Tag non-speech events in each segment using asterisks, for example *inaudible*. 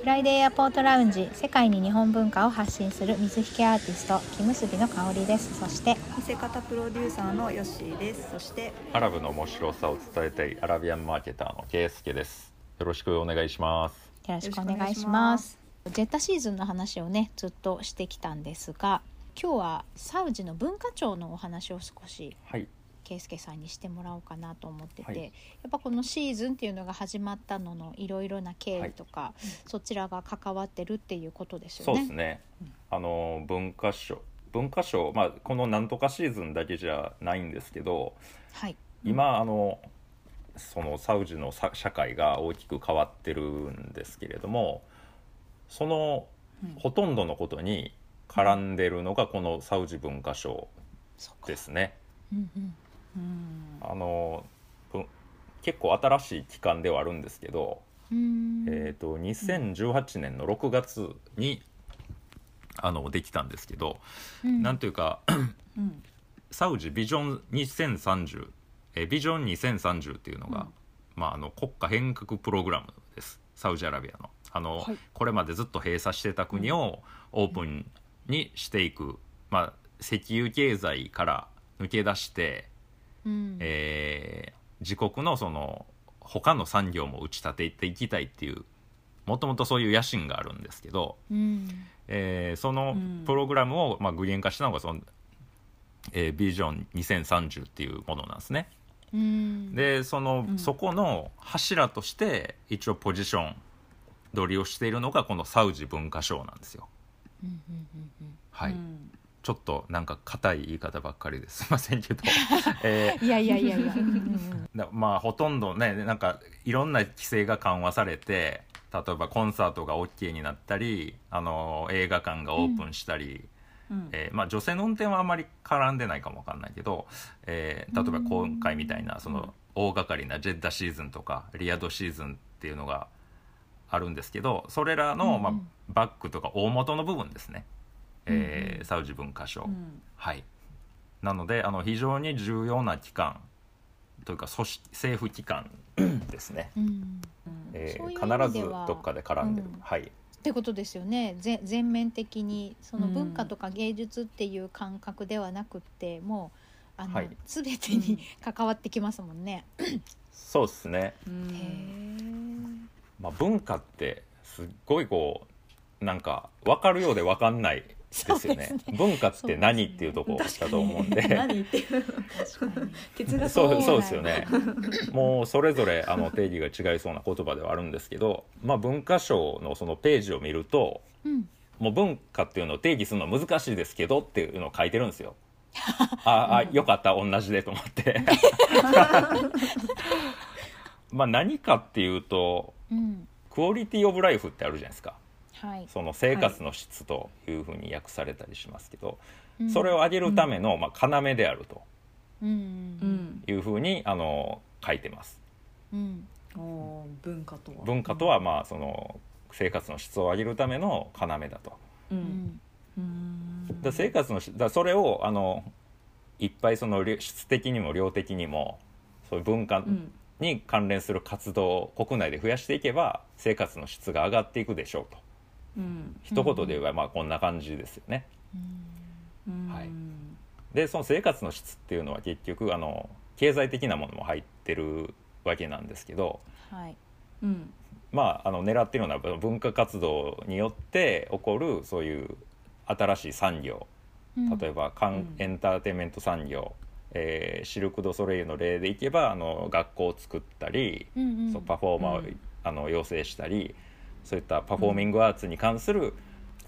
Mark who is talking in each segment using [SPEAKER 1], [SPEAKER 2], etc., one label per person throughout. [SPEAKER 1] フライデーエアポートラウンジ世界に日本文化を発信する水引きアーティスト木結びの香りですそして
[SPEAKER 2] 見せ方プロデューサーのヨッシーですそして
[SPEAKER 3] アラブの面白さを伝えたいアラビアンマーケターのケイスケです。よろしくお願いします。
[SPEAKER 1] よろし
[SPEAKER 2] し
[SPEAKER 1] く
[SPEAKER 2] く
[SPEAKER 1] お
[SPEAKER 2] お
[SPEAKER 1] 願
[SPEAKER 2] 願
[SPEAKER 1] い
[SPEAKER 2] い
[SPEAKER 1] し
[SPEAKER 2] し
[SPEAKER 1] ま
[SPEAKER 2] ますす
[SPEAKER 1] ジェッタシーズンの話をねずっとしてきたんですが今日はサウジの文化庁のお話を少し
[SPEAKER 3] はい。
[SPEAKER 1] 圭介さんにしてもらおうかなと思ってて、
[SPEAKER 3] はい
[SPEAKER 1] やっぱこのシーズンっていうのが始まったののいろいろな経緯とか、そちらが関わってるっていうことです
[SPEAKER 3] そ
[SPEAKER 1] よ
[SPEAKER 3] う
[SPEAKER 1] ね。
[SPEAKER 3] ですね。あの文化省、文化省、まあこのなんとかシーズンだけじゃないんですけど、
[SPEAKER 1] はい、
[SPEAKER 3] 今あのそのサウジのさ社会が大きく変わってるんですけれども、その
[SPEAKER 1] うん
[SPEAKER 3] ほとんどのことに絡んでるのがこのサウジ文化省
[SPEAKER 1] そうか
[SPEAKER 3] ですね。
[SPEAKER 1] うんうん
[SPEAKER 2] うん
[SPEAKER 3] あのぶん結構新しい期間ではあるんですけど。
[SPEAKER 1] うーん
[SPEAKER 3] えー、と2018年の6月にあのできたんですけど、
[SPEAKER 1] うん
[SPEAKER 3] なんというか *clears throat*
[SPEAKER 2] うん
[SPEAKER 3] サウジビジョン2030、えービジョン2030っていうのが、まあ、あの国家変革プログラムですサウジアラビアのあの、
[SPEAKER 2] はい
[SPEAKER 3] これまでずっと閉鎖してた国をオープンにしていく、まあ、石油経済から抜け出して、
[SPEAKER 1] うん
[SPEAKER 3] えー自国のその他の産業も打ち立てていきたいっていうもともとそういう野心があるんですけど、
[SPEAKER 1] うん
[SPEAKER 3] えーその
[SPEAKER 2] うん
[SPEAKER 3] プログラムを、まあ、具現化したのがその、えービジョン2030っていうものなんですね。
[SPEAKER 1] うん、
[SPEAKER 3] でその、
[SPEAKER 2] うん
[SPEAKER 3] そこの柱として一応ポジション取りをしているのがこのサウジ文化省なんですよ。
[SPEAKER 1] うんうんうんうん
[SPEAKER 3] はい
[SPEAKER 2] うん
[SPEAKER 3] ちょっとなんか硬い言い方ばっかりですいません
[SPEAKER 2] *laughs*
[SPEAKER 3] けど、えー
[SPEAKER 1] いやいやいやいや、うんうん
[SPEAKER 3] なまあほとんどねなんかいろんな規制が緩和されて例えばコンサートが OK になったりあの映画館がオープンしたり、
[SPEAKER 2] うん
[SPEAKER 3] えーまあ、女性の運転はあまり絡んでないかもわかんないけど、えー例えば今回みたいなその大掛かりなジェッダシーズンとかリヤドシーズンっていうのがあるんですけどそれらの、まあ
[SPEAKER 1] うんうん、
[SPEAKER 3] バックとか大元の部分ですね、えー
[SPEAKER 1] うんうん
[SPEAKER 3] サウジ文化省。
[SPEAKER 2] うん
[SPEAKER 3] はい、なのであの非常に重要な機関というか組織政府機関ですね、
[SPEAKER 1] うん、
[SPEAKER 2] うん
[SPEAKER 3] えー
[SPEAKER 1] そういう意味では
[SPEAKER 3] 必ずどっかで絡んでる、
[SPEAKER 1] うん
[SPEAKER 3] はい
[SPEAKER 1] ってことですよねぜ全面的にその
[SPEAKER 2] うん
[SPEAKER 1] 文化とか芸術っていう感覚ではなくってもうあの、
[SPEAKER 3] はい
[SPEAKER 1] 全てに関わってきますもんね。
[SPEAKER 3] そうですね、
[SPEAKER 2] うん
[SPEAKER 1] へー
[SPEAKER 3] まあ、文化ってすっごいこうなんか分かるようで分かんないですよね
[SPEAKER 1] そうです
[SPEAKER 3] 文化っ
[SPEAKER 1] そうで
[SPEAKER 3] て
[SPEAKER 1] すね
[SPEAKER 3] 何っていうとこ
[SPEAKER 2] 確か
[SPEAKER 3] だ
[SPEAKER 2] に
[SPEAKER 3] と思うん *laughs* で。
[SPEAKER 2] 何言ってる
[SPEAKER 1] 確かに
[SPEAKER 2] 哲学
[SPEAKER 3] そう
[SPEAKER 1] ね
[SPEAKER 3] そうですよねもうそれぞれあの定義が違いそうな言葉ではあるんですけど、まあ、文化省のそのページを見ると
[SPEAKER 1] うん、
[SPEAKER 3] もう文化っていうのを定義するのは難しいですけどっていうのを書いてるんですよ。ああよかった同じでと思ってまあ何かっていうと
[SPEAKER 1] うん、
[SPEAKER 3] クオリティオブライフってあるじゃないですか
[SPEAKER 1] はい、
[SPEAKER 3] その生活の質というふうに訳されたりしますけど、
[SPEAKER 1] うん
[SPEAKER 3] それを上げるための、まあ、要であると
[SPEAKER 1] うん
[SPEAKER 2] う
[SPEAKER 1] うん
[SPEAKER 2] ん
[SPEAKER 3] いうふうにあの書いてます
[SPEAKER 1] うん
[SPEAKER 2] おー文化とは
[SPEAKER 3] 文化とはまあその生活の質を上げるための要だと
[SPEAKER 2] う
[SPEAKER 1] うんん
[SPEAKER 2] うん
[SPEAKER 3] だ生活のしだからそれをあのいっぱいそのりょ質的にも量的にもそういう文化
[SPEAKER 2] うん
[SPEAKER 3] に関連する活動を国内で増やしていけば生活の質が上がっていくでしょうと
[SPEAKER 2] うん
[SPEAKER 3] 一言で言えばまあこんな感じですよね。
[SPEAKER 2] うん
[SPEAKER 3] はい
[SPEAKER 2] うん
[SPEAKER 3] でその生活の質っていうのは結局あの経済的なものも入ってるわけなんですけど、
[SPEAKER 1] はい
[SPEAKER 2] うん
[SPEAKER 3] まあ、あの狙ってるのは文化活動によって起こるそういう新しい産業
[SPEAKER 1] うん
[SPEAKER 3] 例えば観
[SPEAKER 2] うん
[SPEAKER 3] エンターテインメント産業、えーシルク・ドゥ・ソレイユの例でいけばあの学校を作ったり、
[SPEAKER 1] うんうん
[SPEAKER 3] そうパフォーマーを、
[SPEAKER 2] うん
[SPEAKER 3] あの養成したりそういったパフォーミングアーツに関する、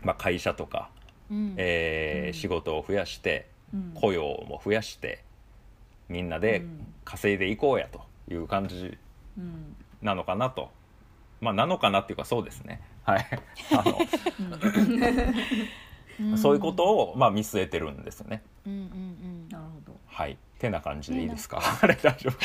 [SPEAKER 3] まあ、会社とか、
[SPEAKER 1] うん
[SPEAKER 3] えー
[SPEAKER 2] うん
[SPEAKER 3] 仕事を増やして
[SPEAKER 2] うん
[SPEAKER 3] 雇用も増やしてみんなで
[SPEAKER 2] うん
[SPEAKER 3] 稼いでいこうやという感じ
[SPEAKER 2] うん
[SPEAKER 3] なのかなと。まあ、なのかなっていうかそうですね、
[SPEAKER 2] *laughs*
[SPEAKER 3] はい、あ
[SPEAKER 2] うん
[SPEAKER 1] ん
[SPEAKER 3] のそういうことを、まあ、見据えてるんですよね。
[SPEAKER 1] うんうんうん
[SPEAKER 2] なるほど
[SPEAKER 3] はい、てな感じでいいですか。 *laughs* あれ大丈夫。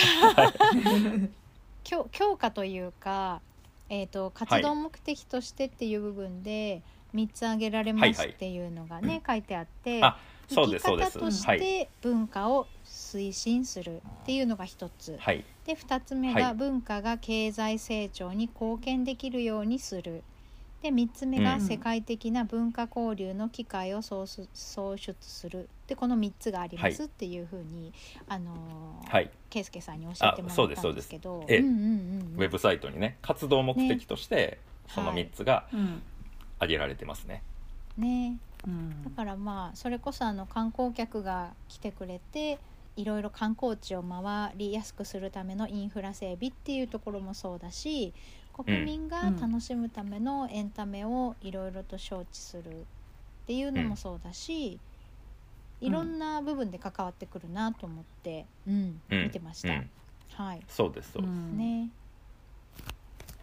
[SPEAKER 1] 強強化というか、えー、と活動目的としてっていう部分で3つ挙げられます
[SPEAKER 3] はいはい
[SPEAKER 1] っていうのがね、書いてあって
[SPEAKER 3] あ
[SPEAKER 1] 生
[SPEAKER 3] そう
[SPEAKER 1] き
[SPEAKER 3] ですそうで
[SPEAKER 1] 方
[SPEAKER 3] す。
[SPEAKER 1] とし
[SPEAKER 3] はい
[SPEAKER 1] て文化を推進するっていうのが1つ
[SPEAKER 3] はい
[SPEAKER 1] で2つ目
[SPEAKER 3] は
[SPEAKER 1] が
[SPEAKER 3] い
[SPEAKER 1] 文化が経済成長に貢献できるようにするで3つ目
[SPEAKER 3] う
[SPEAKER 1] が
[SPEAKER 3] ん
[SPEAKER 1] 世界的な文化交流の機会を創出創出するでこの3つがありますっていうふうに、あのー
[SPEAKER 3] はい、
[SPEAKER 1] 圭介さんに教えてもら
[SPEAKER 3] そう
[SPEAKER 1] っ
[SPEAKER 3] で
[SPEAKER 1] た
[SPEAKER 3] すそ
[SPEAKER 1] ん
[SPEAKER 3] う
[SPEAKER 1] で
[SPEAKER 3] ですす
[SPEAKER 1] けど
[SPEAKER 3] ええ
[SPEAKER 1] うんうんうん
[SPEAKER 3] ウェブサイトにね活動目的としてその
[SPEAKER 1] はい
[SPEAKER 3] 3つが
[SPEAKER 2] うん
[SPEAKER 3] 挙げられてますね。
[SPEAKER 1] ね
[SPEAKER 2] うん
[SPEAKER 1] だからまあそれこそあの観光客が来てくれていろいろ観光地を回りやすくするためのインフラ整備っていうところもそうだし国民が
[SPEAKER 2] うん
[SPEAKER 1] 楽しむためのエンタメをいろいろと招致するっていうのもそうだし、
[SPEAKER 2] うん
[SPEAKER 1] いろんな部分で関わってくるなと思って、うん
[SPEAKER 3] うん
[SPEAKER 1] 見てました。
[SPEAKER 3] うん、
[SPEAKER 1] はい
[SPEAKER 3] そうです *laughs* そうです、
[SPEAKER 2] うん
[SPEAKER 1] ね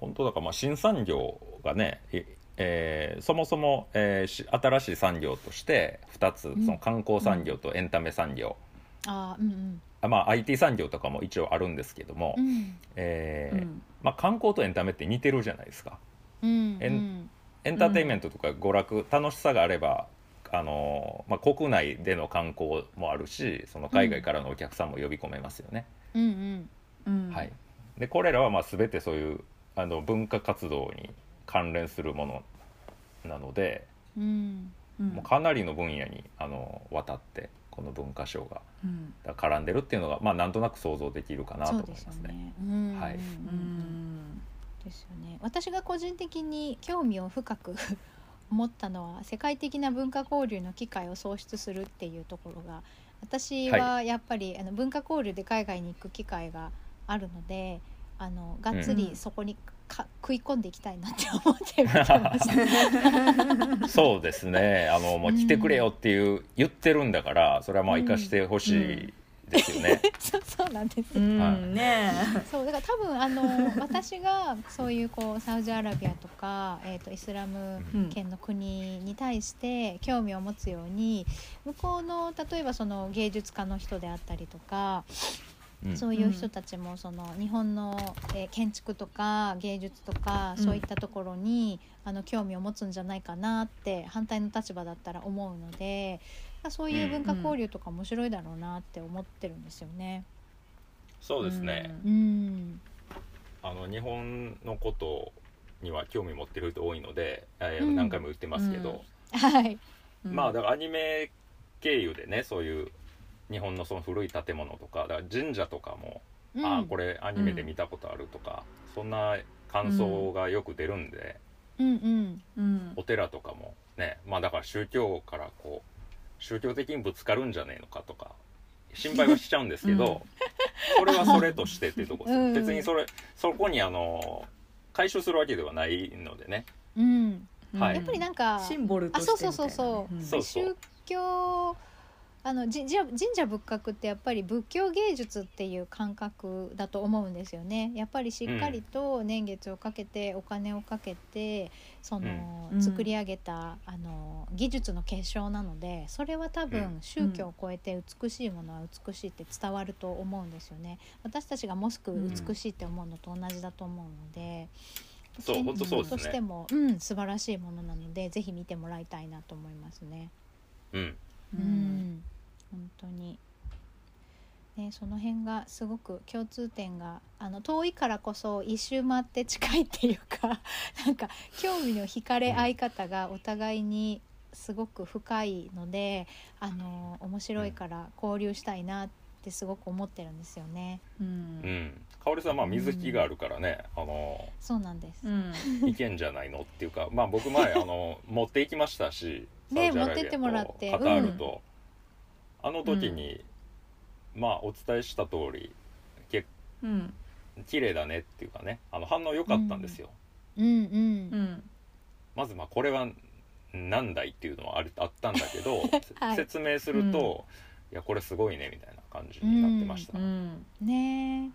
[SPEAKER 3] 本当だからまあ新産業がね、ええーそもそも、えーし新しい産業として2つそ
[SPEAKER 1] ん
[SPEAKER 3] の観光産業とエンタメ産業、
[SPEAKER 1] あーうん
[SPEAKER 3] あまあ、IT 産業とかも一応あるんですけども、
[SPEAKER 1] うんうん
[SPEAKER 3] え
[SPEAKER 2] う
[SPEAKER 3] ー
[SPEAKER 2] ん
[SPEAKER 3] まあ、観光とエンタメって似てるじゃないですか。
[SPEAKER 1] うん
[SPEAKER 3] えん
[SPEAKER 1] うん
[SPEAKER 3] エンターテインメントとか娯楽、楽しさがあればあのー、まあ、国内での観光もあるしその海外からのお客さんも呼び込めますよね。
[SPEAKER 1] うんうん
[SPEAKER 2] うん
[SPEAKER 3] はい、でこれらはまあ全てそういうあの文化活動に関連するものなので、
[SPEAKER 1] うん
[SPEAKER 2] うん
[SPEAKER 3] もうかなりの分野にあの渡ってこの文化賞が
[SPEAKER 2] うん
[SPEAKER 3] だから絡んでるっていうのが、まあ、なんとなく想像できるかなと
[SPEAKER 1] そ
[SPEAKER 3] 思
[SPEAKER 1] う
[SPEAKER 3] い
[SPEAKER 1] で
[SPEAKER 3] ますす
[SPEAKER 1] よ
[SPEAKER 3] ね。
[SPEAKER 1] ね。うん
[SPEAKER 3] はい
[SPEAKER 2] うん
[SPEAKER 1] ですよね私が個人的に興味を深く *laughs* 思ったのは世界的な文化交流の機会を創出するっていうところが私はやっぱり、あの文化交流で海外に行く機会があるのであのがっつ
[SPEAKER 2] う
[SPEAKER 1] り
[SPEAKER 2] ん
[SPEAKER 1] そこにか、食い込んでいきたいなって思って見てま *laughs* した。
[SPEAKER 3] そうですねあのもう来てくれよっていう、言ってるんだからそれはまあ生かしてほしいですよね。
[SPEAKER 1] そうそうなんです
[SPEAKER 2] う
[SPEAKER 3] はい
[SPEAKER 2] んね
[SPEAKER 1] そうだから多分あの私がそういうこうサウジアラビアとか、えー、とイスラム
[SPEAKER 2] うん
[SPEAKER 1] 圏の国に対して興味を持つように向こうの例えばその芸術家の人であったりとか、
[SPEAKER 3] うん
[SPEAKER 1] そういう人たちもその日本の、えー建築とか芸術とか
[SPEAKER 2] うん
[SPEAKER 1] そういったところに、あの興味を持つんじゃないかなって反対の立場だったら思うのでそういう文化交流とか面白いだろうなって思ってるんですよね。
[SPEAKER 3] そうですね、
[SPEAKER 1] うん、
[SPEAKER 3] あの日本のことには興味持ってる人多いので、えー
[SPEAKER 1] うん
[SPEAKER 3] 何回も言ってますけど、
[SPEAKER 1] はい、
[SPEAKER 2] うん
[SPEAKER 3] まあだからアニメ経由でねそういう日本のその古い建物とかだから神社とかも、
[SPEAKER 1] うん
[SPEAKER 3] ああこれアニメで見たことあるとか、そんな感想がよく出るんで、
[SPEAKER 1] うんうん
[SPEAKER 2] うん
[SPEAKER 3] お寺とかもねまあだから宗教からこう宗教的にぶつかるんじゃねえのかとか心配はしちゃうんですけど、それはそれとしてっていうとこです
[SPEAKER 1] *laughs*
[SPEAKER 3] よ、
[SPEAKER 1] うん
[SPEAKER 3] 別にそれそこにあの回収するわけではないのでね
[SPEAKER 1] うん、
[SPEAKER 3] はい
[SPEAKER 1] やっぱりなんか、
[SPEAKER 2] シンボルと
[SPEAKER 1] あ
[SPEAKER 2] して
[SPEAKER 1] そう
[SPEAKER 2] みたい
[SPEAKER 1] そ
[SPEAKER 2] な
[SPEAKER 1] うそうそう,、
[SPEAKER 2] ん
[SPEAKER 3] そう
[SPEAKER 1] 宗教あの神社神社仏閣ってやっぱり仏教芸術っていう感覚だと思うんですよねやっぱりしっかりと年月をかけてお金をかけてその、
[SPEAKER 2] うん
[SPEAKER 1] 作り上げたあの技術の結晶なのでそれは多分宗教を超えて美しいものは美しいって伝わると思うんですよね私たちがモスク美しいって思うのと同じだと思うので、
[SPEAKER 3] そう
[SPEAKER 1] 建
[SPEAKER 3] 本
[SPEAKER 1] 築
[SPEAKER 3] 当そうですね
[SPEAKER 1] としても、うん、素晴らしいものなのでぜひ見てもらいたいなと思いますね。
[SPEAKER 3] うん
[SPEAKER 1] う、
[SPEAKER 2] うんん
[SPEAKER 1] 本当にね、その辺がすごく共通点があの遠いからこそ一周回って近いっていうか *laughs* なんか興味の惹かれ合い方がお互いにすごく深いので、あの面白いから交流したいなってすごく思ってるんですよね。
[SPEAKER 2] う
[SPEAKER 3] うんん香織さんまあ水着があるからね、あの
[SPEAKER 1] そうなんです。
[SPEAKER 2] うん
[SPEAKER 3] いけんじゃないのっていうかまあ僕前あ
[SPEAKER 1] *laughs*
[SPEAKER 3] の持って行きましたし
[SPEAKER 1] ね
[SPEAKER 3] サウジアラ
[SPEAKER 1] 持って行
[SPEAKER 3] ビア
[SPEAKER 1] ってもらって
[SPEAKER 3] カタールと、あの時に、まあお伝えした通り
[SPEAKER 2] うん
[SPEAKER 3] 綺麗だねっていうかねあの反応良かったんですよ、
[SPEAKER 1] うんうん
[SPEAKER 2] う。ん
[SPEAKER 3] まずまあこれは何だいっていうのはあるあったんだけど、
[SPEAKER 1] はい
[SPEAKER 3] 説明すると、いやこれすごいねみたいな感じになってました、
[SPEAKER 2] うん
[SPEAKER 1] ねえ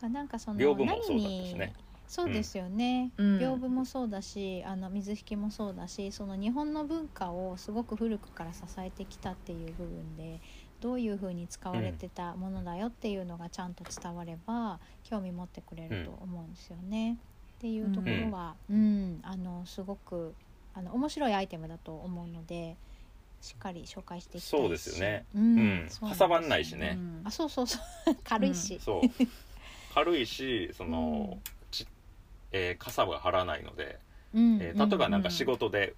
[SPEAKER 1] かなんかその
[SPEAKER 3] 屏風もそうだったし
[SPEAKER 1] 何に
[SPEAKER 3] ね
[SPEAKER 1] そうですよね、
[SPEAKER 2] うん
[SPEAKER 1] 屏風もそうだしあの水引もそうだしその日本の文化をすごく古くから支えてきたっていう部分でどういうふうに使われてたものだよっていうのがちゃんと伝われば興味持ってくれると思うんですよね。っていうところは、うんあのすごくあの面白いアイテムだと思うのでしっかり紹介していきたいし
[SPEAKER 3] そうですよね。
[SPEAKER 1] うん
[SPEAKER 3] うん
[SPEAKER 1] そうです
[SPEAKER 3] かさばんないしね
[SPEAKER 2] うん
[SPEAKER 1] あそうそうそう *laughs* 軽いし、
[SPEAKER 3] そう軽いしその、ちえー傘が張らないので
[SPEAKER 1] うん
[SPEAKER 3] えー例えばなん
[SPEAKER 2] うんう
[SPEAKER 3] か
[SPEAKER 2] ん
[SPEAKER 3] 仕事で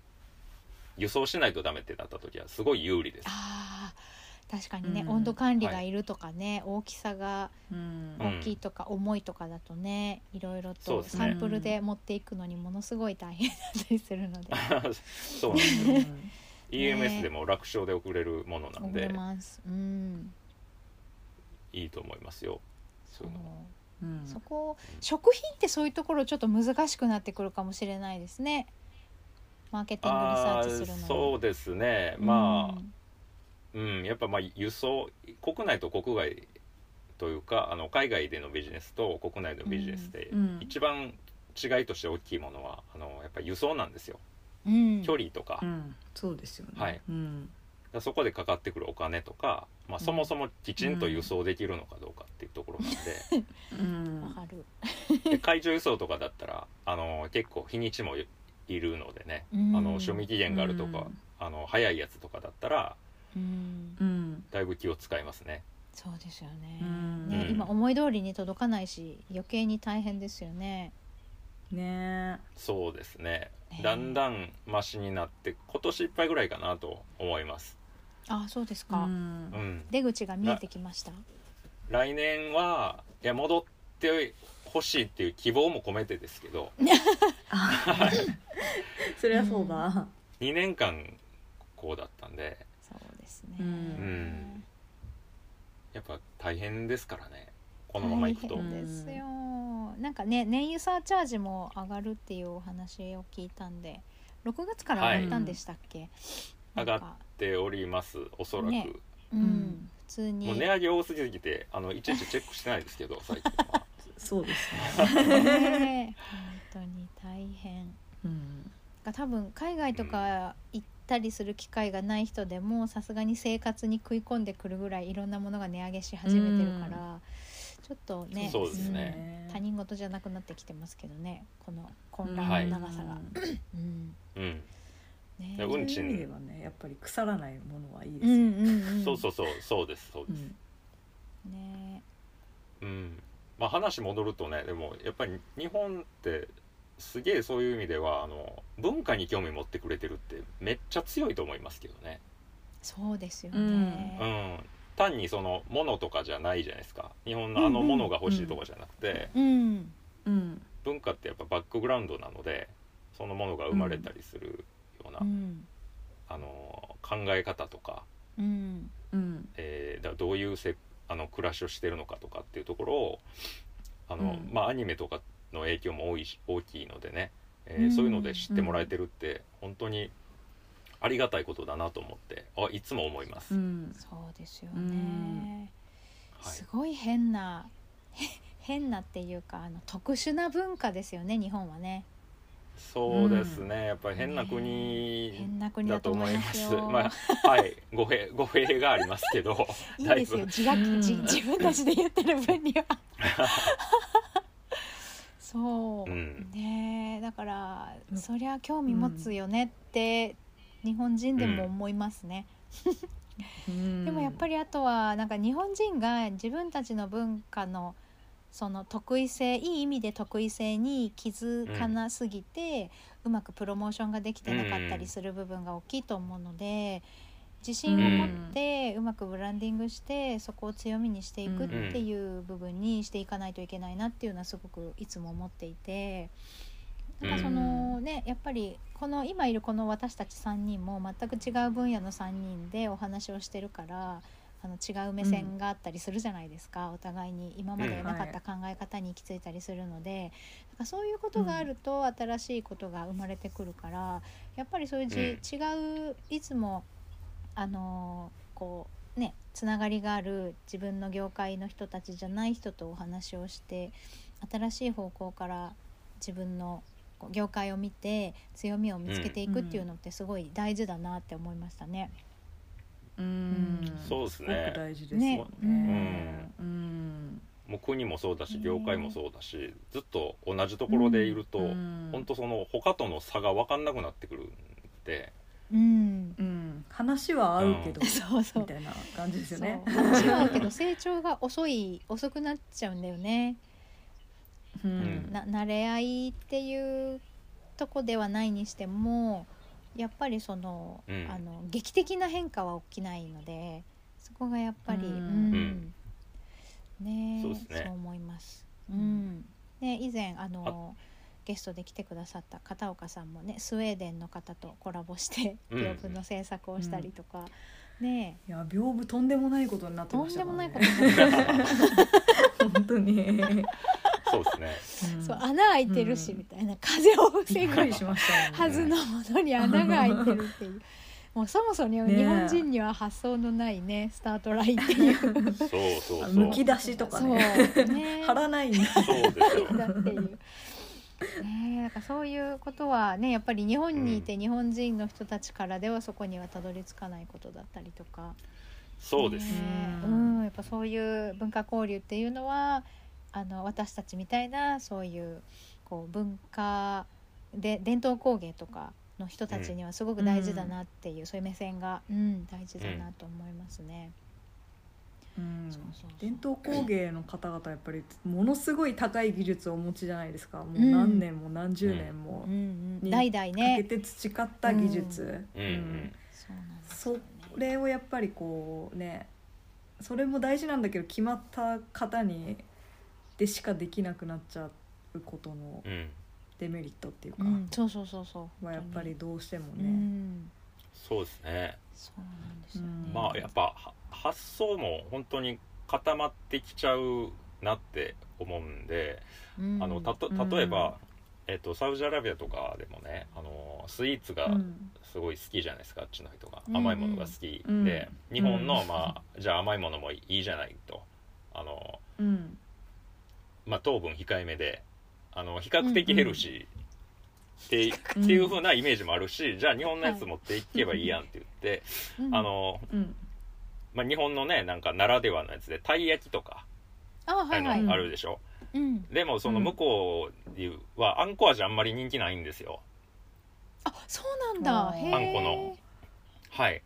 [SPEAKER 3] 輸送しないとダメってなった時はすごい有利です。
[SPEAKER 1] あー確かにね、
[SPEAKER 2] うん
[SPEAKER 1] 温度管理が
[SPEAKER 3] はい
[SPEAKER 1] いるとかね、大きさが
[SPEAKER 2] うん
[SPEAKER 3] うん
[SPEAKER 1] 大きいとか重いとかだとね、いろいろ
[SPEAKER 3] そう
[SPEAKER 1] と
[SPEAKER 3] です
[SPEAKER 2] ね
[SPEAKER 1] サンプルで持っていくのにものすごい大変だったりするので
[SPEAKER 3] そうなんですよ。EMS でも楽勝で送れるもの *laughs* な
[SPEAKER 1] 思
[SPEAKER 3] ん
[SPEAKER 1] い
[SPEAKER 3] で
[SPEAKER 1] ます。うん、
[SPEAKER 3] いいと思いますよ。そういうのは
[SPEAKER 2] う
[SPEAKER 1] *laughs*
[SPEAKER 2] ん
[SPEAKER 1] そこ食品ってそういうところちょっと難しくなってくるかもしれないですね。マーケティングリサー
[SPEAKER 3] あ
[SPEAKER 1] チするの
[SPEAKER 3] ー
[SPEAKER 1] に
[SPEAKER 3] そうですね。まあ、うん、やっぱまあ輸送国内と国外というかあの海外でのビジネスと国内のビジネスで
[SPEAKER 2] うん
[SPEAKER 3] 一番違いとして大きいものはあのやっぱ輸送なんですよ。
[SPEAKER 1] うん、うん
[SPEAKER 3] 距離とか
[SPEAKER 2] う、んそうですよね
[SPEAKER 3] はい
[SPEAKER 2] うん
[SPEAKER 3] だからそこでかかってくるお金とか、まあ、そもそもきちんと輸送できるのかどうかっていうところなんで,、
[SPEAKER 2] うん
[SPEAKER 1] わかる。
[SPEAKER 3] で海上輸送とかだったらあの結構日にちもいるのでね、
[SPEAKER 1] うん
[SPEAKER 3] あの賞味期限があるとか、
[SPEAKER 2] うん
[SPEAKER 3] あの早いやつとかだったら
[SPEAKER 1] うん、
[SPEAKER 2] うん
[SPEAKER 3] だいぶ気を使いますね。
[SPEAKER 1] そうですよね。
[SPEAKER 2] うん
[SPEAKER 1] ね、
[SPEAKER 3] うん
[SPEAKER 1] 今思い通りに届かないし、余計に大変ですよね。
[SPEAKER 2] ね
[SPEAKER 3] そうですね
[SPEAKER 1] ね
[SPEAKER 3] だんだんマシになって今年いっぱいぐらいかなと思います。
[SPEAKER 1] あ、そうです
[SPEAKER 2] えう
[SPEAKER 1] か。
[SPEAKER 2] ん
[SPEAKER 3] うん、
[SPEAKER 1] 出口が見えてきました。
[SPEAKER 3] 来年はいや戻ってほしいっていう希望も込めてですけど
[SPEAKER 2] あ *laughs* それはそうだ
[SPEAKER 3] 2年間こうだったんで
[SPEAKER 1] そうですね。
[SPEAKER 2] うん
[SPEAKER 3] うんやっぱ大変ですからねこのままいくと
[SPEAKER 1] 大。変ですよ。なんかね、燃油サーチャージも上がるっていうお話を聞いたんで。6月から上がったんでしたっけ。
[SPEAKER 3] はい
[SPEAKER 1] なん
[SPEAKER 3] 上が
[SPEAKER 1] か
[SPEAKER 3] っておりますおそらく、
[SPEAKER 1] ねう
[SPEAKER 2] うんん、
[SPEAKER 1] 普通に。
[SPEAKER 3] もう
[SPEAKER 1] *laughs*
[SPEAKER 3] 値上げ多すぎてあのいちいちチェックしてないですけど最近は
[SPEAKER 2] そうですね
[SPEAKER 1] ね本当に大変。
[SPEAKER 2] うん
[SPEAKER 1] が多分海外とか行ったりする機会がない人でもさすがに生活に食い込んでくるぐらいいろんなものが値上げし始めてるから、ちょっとね
[SPEAKER 3] そうですね
[SPEAKER 1] うん他人事じゃなくなってきてますけどねこの混
[SPEAKER 3] う
[SPEAKER 1] 乱
[SPEAKER 3] んはい
[SPEAKER 1] の長さが。うん
[SPEAKER 3] うん、
[SPEAKER 1] ね
[SPEAKER 3] で
[SPEAKER 1] う
[SPEAKER 3] うんん
[SPEAKER 2] そういう意味ではねやっぱり腐らないものはいいで
[SPEAKER 1] う
[SPEAKER 2] すね
[SPEAKER 1] んうん
[SPEAKER 3] そうそうそうそうですそう
[SPEAKER 2] う
[SPEAKER 3] です、
[SPEAKER 2] ん
[SPEAKER 1] ね
[SPEAKER 3] うんまあ、話戻るとねでもやっぱり日本ってすげえそういう意味ではあの文化に興味持ってくれてるってめっちゃ強いと思いますけどね、
[SPEAKER 1] そうですよ
[SPEAKER 3] う
[SPEAKER 1] ね。
[SPEAKER 3] ん、単にその物とかじゃないじゃないですか日本のあのものが欲しいとかじゃなくて、
[SPEAKER 1] うん
[SPEAKER 2] うん
[SPEAKER 3] 文化ってやっぱバックグラウンドなのでそのものが生まれたりするような、
[SPEAKER 1] うん
[SPEAKER 3] あの考え方とか、
[SPEAKER 1] うん
[SPEAKER 2] うん
[SPEAKER 3] えーだどういうせあの暮らしをしてるのかとかっていうところをあ
[SPEAKER 2] う
[SPEAKER 3] の、
[SPEAKER 2] ん
[SPEAKER 3] まあ、アニメとかの影響も多いし大きいのでね、えー
[SPEAKER 1] うん
[SPEAKER 3] そういうので知ってもらえてるって本当にありがたいことだなと思ってあいつも思います。
[SPEAKER 2] う
[SPEAKER 3] は
[SPEAKER 2] ん
[SPEAKER 1] そうですよ
[SPEAKER 2] う
[SPEAKER 1] ね
[SPEAKER 2] ん。
[SPEAKER 3] い
[SPEAKER 1] すごい変なへ変なっていうかあの特殊な文化ですよね日本はね
[SPEAKER 3] そうですね、やっぱり変な国
[SPEAKER 1] 変な国
[SPEAKER 3] だ
[SPEAKER 1] だと
[SPEAKER 3] と
[SPEAKER 1] 思
[SPEAKER 3] 思
[SPEAKER 1] い
[SPEAKER 3] い
[SPEAKER 1] ま
[SPEAKER 3] ますす。
[SPEAKER 1] よ、
[SPEAKER 3] まあ、はい、語弊、語弊がありますけど。 *laughs*
[SPEAKER 1] いいですよ
[SPEAKER 3] だいぶ
[SPEAKER 1] 自学、自
[SPEAKER 2] うん
[SPEAKER 1] 自分たちで言ってる分
[SPEAKER 2] *laughs*
[SPEAKER 1] にはそう、
[SPEAKER 3] うん
[SPEAKER 1] ねえだから、
[SPEAKER 2] うん
[SPEAKER 1] そりゃ興味持つよねって日本人でも思いますね、でもやっぱ
[SPEAKER 2] り
[SPEAKER 1] りあとはなんか日本人が自分たちの文化のその得意性いい意味で得意性に気づかなすぎて、うまくプロモーションができてなかったりする部分が大きいと思うので自信を持ってうまくブランディングしてそこを強みにしていくっていう部分にしていかないといけないなっていうのはすごくいつも思っていて。なんかそのねやっぱりこの今いるこの私たち3人も全く違う分野の3人でお話をしてるからあの違う目線があったりするじゃないですか、お互いに今までなかった考え方に行き着いたりするので、なんかそういうことがあると新しいことが生まれてくるからやっぱりそういうじ、違ういつもあのーこうねつながりがある自分の業界の人たちじゃない人とお話をして新しい方向から自分のこう業界を見て強みを見つけていくっていうのってすごい大事だなって思いましたね。
[SPEAKER 2] うん
[SPEAKER 3] そうです
[SPEAKER 2] すごく
[SPEAKER 3] ね。
[SPEAKER 2] 大事ですよ
[SPEAKER 3] ね
[SPEAKER 2] ねうん
[SPEAKER 3] もう国もそうだし
[SPEAKER 1] ね
[SPEAKER 3] 業界もそうだし、ずっと同じところでいると、
[SPEAKER 2] うん
[SPEAKER 3] 本当その他との差が分かんなくなってくるんで、
[SPEAKER 1] うん、
[SPEAKER 2] うん話は合うけ
[SPEAKER 1] *laughs*
[SPEAKER 2] ど
[SPEAKER 1] そうそう
[SPEAKER 2] みたいな感じですよね *laughs*
[SPEAKER 1] そう話は合うけど成長が遅い遅くなっちゃうんだよね。
[SPEAKER 2] う
[SPEAKER 3] うん
[SPEAKER 2] ん
[SPEAKER 1] な慣れ合いっていうとこではないにしてもやっぱりその,、
[SPEAKER 3] うん
[SPEAKER 1] あの劇的な変化は起きないのでそこがやっぱり、
[SPEAKER 2] う
[SPEAKER 1] うんんねえ
[SPEAKER 3] そうですね
[SPEAKER 1] そう思います。うん、で以前あのゲストで来てくださった片岡さんもねスウェーデンの方とコラボして
[SPEAKER 3] うん
[SPEAKER 1] 屏風の制作をしたりとか、ねえ
[SPEAKER 2] いや屏風とんでもないことになって
[SPEAKER 1] と
[SPEAKER 2] ま
[SPEAKER 1] ん
[SPEAKER 2] し
[SPEAKER 1] で
[SPEAKER 2] た
[SPEAKER 1] もな
[SPEAKER 2] から
[SPEAKER 1] い
[SPEAKER 2] ね
[SPEAKER 1] ことになってました
[SPEAKER 2] 本当に、
[SPEAKER 3] そうですね。
[SPEAKER 2] うん
[SPEAKER 1] そう穴開いてるし
[SPEAKER 2] うん
[SPEAKER 1] みたいな風を
[SPEAKER 2] び
[SPEAKER 1] 防
[SPEAKER 2] っ
[SPEAKER 1] ぐ
[SPEAKER 2] くりしましたよ
[SPEAKER 1] はずのものに穴が開いてるっていう。もうそもそもね
[SPEAKER 2] ねえ
[SPEAKER 1] 日本人には発想のないねスタートラインっていう
[SPEAKER 2] *laughs*
[SPEAKER 1] そう
[SPEAKER 3] そうそうそう。
[SPEAKER 2] むき出しとかね
[SPEAKER 1] ね
[SPEAKER 2] 貼らないんだ
[SPEAKER 3] そうですよ。
[SPEAKER 1] だっていう。 *laughs* ねえ、だからそういうことはねやっぱり日本にいて日本人の人たちからではそこにはたどり着かないことだったりとか、
[SPEAKER 3] そうです。
[SPEAKER 1] ねえ
[SPEAKER 2] う
[SPEAKER 1] うんん、やっぱそういう文化交流っていうのはあの私たちみたいなそういうこう文化で伝統工芸とかの人たちにはすごく大事だなっていう、そういう目線が、うん、大事だなと思いますね。
[SPEAKER 2] うん
[SPEAKER 1] そうそうそう
[SPEAKER 2] 伝統工芸の方々はやっぱりものすごい高い技術をお持ちじゃないですかもう
[SPEAKER 1] うん
[SPEAKER 2] 何年も何十年も
[SPEAKER 1] うんうん、
[SPEAKER 2] ね
[SPEAKER 1] 代々
[SPEAKER 2] か
[SPEAKER 1] ね。
[SPEAKER 2] けて培った技術、
[SPEAKER 3] うんうん。
[SPEAKER 1] そうなんです
[SPEAKER 2] そ
[SPEAKER 1] よね
[SPEAKER 2] れをやっぱりこうねそれも大事なんだけど決まった方にでしかできなくなっちゃうことの
[SPEAKER 3] うん。
[SPEAKER 2] デメリットっていうか、
[SPEAKER 1] うん、そうそうそうそう。
[SPEAKER 2] はやっぱりどうしても
[SPEAKER 1] う
[SPEAKER 2] ね。
[SPEAKER 1] ん、
[SPEAKER 3] そうですね。
[SPEAKER 1] そうなんですよ
[SPEAKER 2] う
[SPEAKER 1] ね
[SPEAKER 2] ん。
[SPEAKER 3] まあやっぱは発想も本当に固まってきちゃうなって思うんで、
[SPEAKER 1] うん
[SPEAKER 3] あのたと
[SPEAKER 2] うん
[SPEAKER 3] 例えば、えっとサウジアラビアとかでもね、あのスイーツが
[SPEAKER 2] うん
[SPEAKER 3] すごい好きじゃないですか、あっちの人が
[SPEAKER 1] うん
[SPEAKER 3] 甘いものが好き
[SPEAKER 2] うん
[SPEAKER 3] で、日本の、
[SPEAKER 2] うん
[SPEAKER 3] まあじゃあ甘いものもいいじゃないと、あの
[SPEAKER 2] うん
[SPEAKER 3] まあ糖分控えめで、あの比較的ヘルシー。ってっていう風なイメージもあるし、じゃあ日本のやつ持っていけばいいやんって言って、
[SPEAKER 1] うん
[SPEAKER 3] あの
[SPEAKER 2] うん
[SPEAKER 3] まあ、日本のねなんかならではのやつでたい焼きとか
[SPEAKER 1] あ
[SPEAKER 3] ああ
[SPEAKER 1] はいいう
[SPEAKER 3] の
[SPEAKER 1] はい。
[SPEAKER 2] うん
[SPEAKER 3] あるでしょ、
[SPEAKER 1] うん、
[SPEAKER 3] でもその
[SPEAKER 2] うん
[SPEAKER 3] 向こうはあんこ味あんまり人気ないんですよ
[SPEAKER 1] あそうなんだ。
[SPEAKER 2] あー
[SPEAKER 1] へえ。
[SPEAKER 3] あんこのはい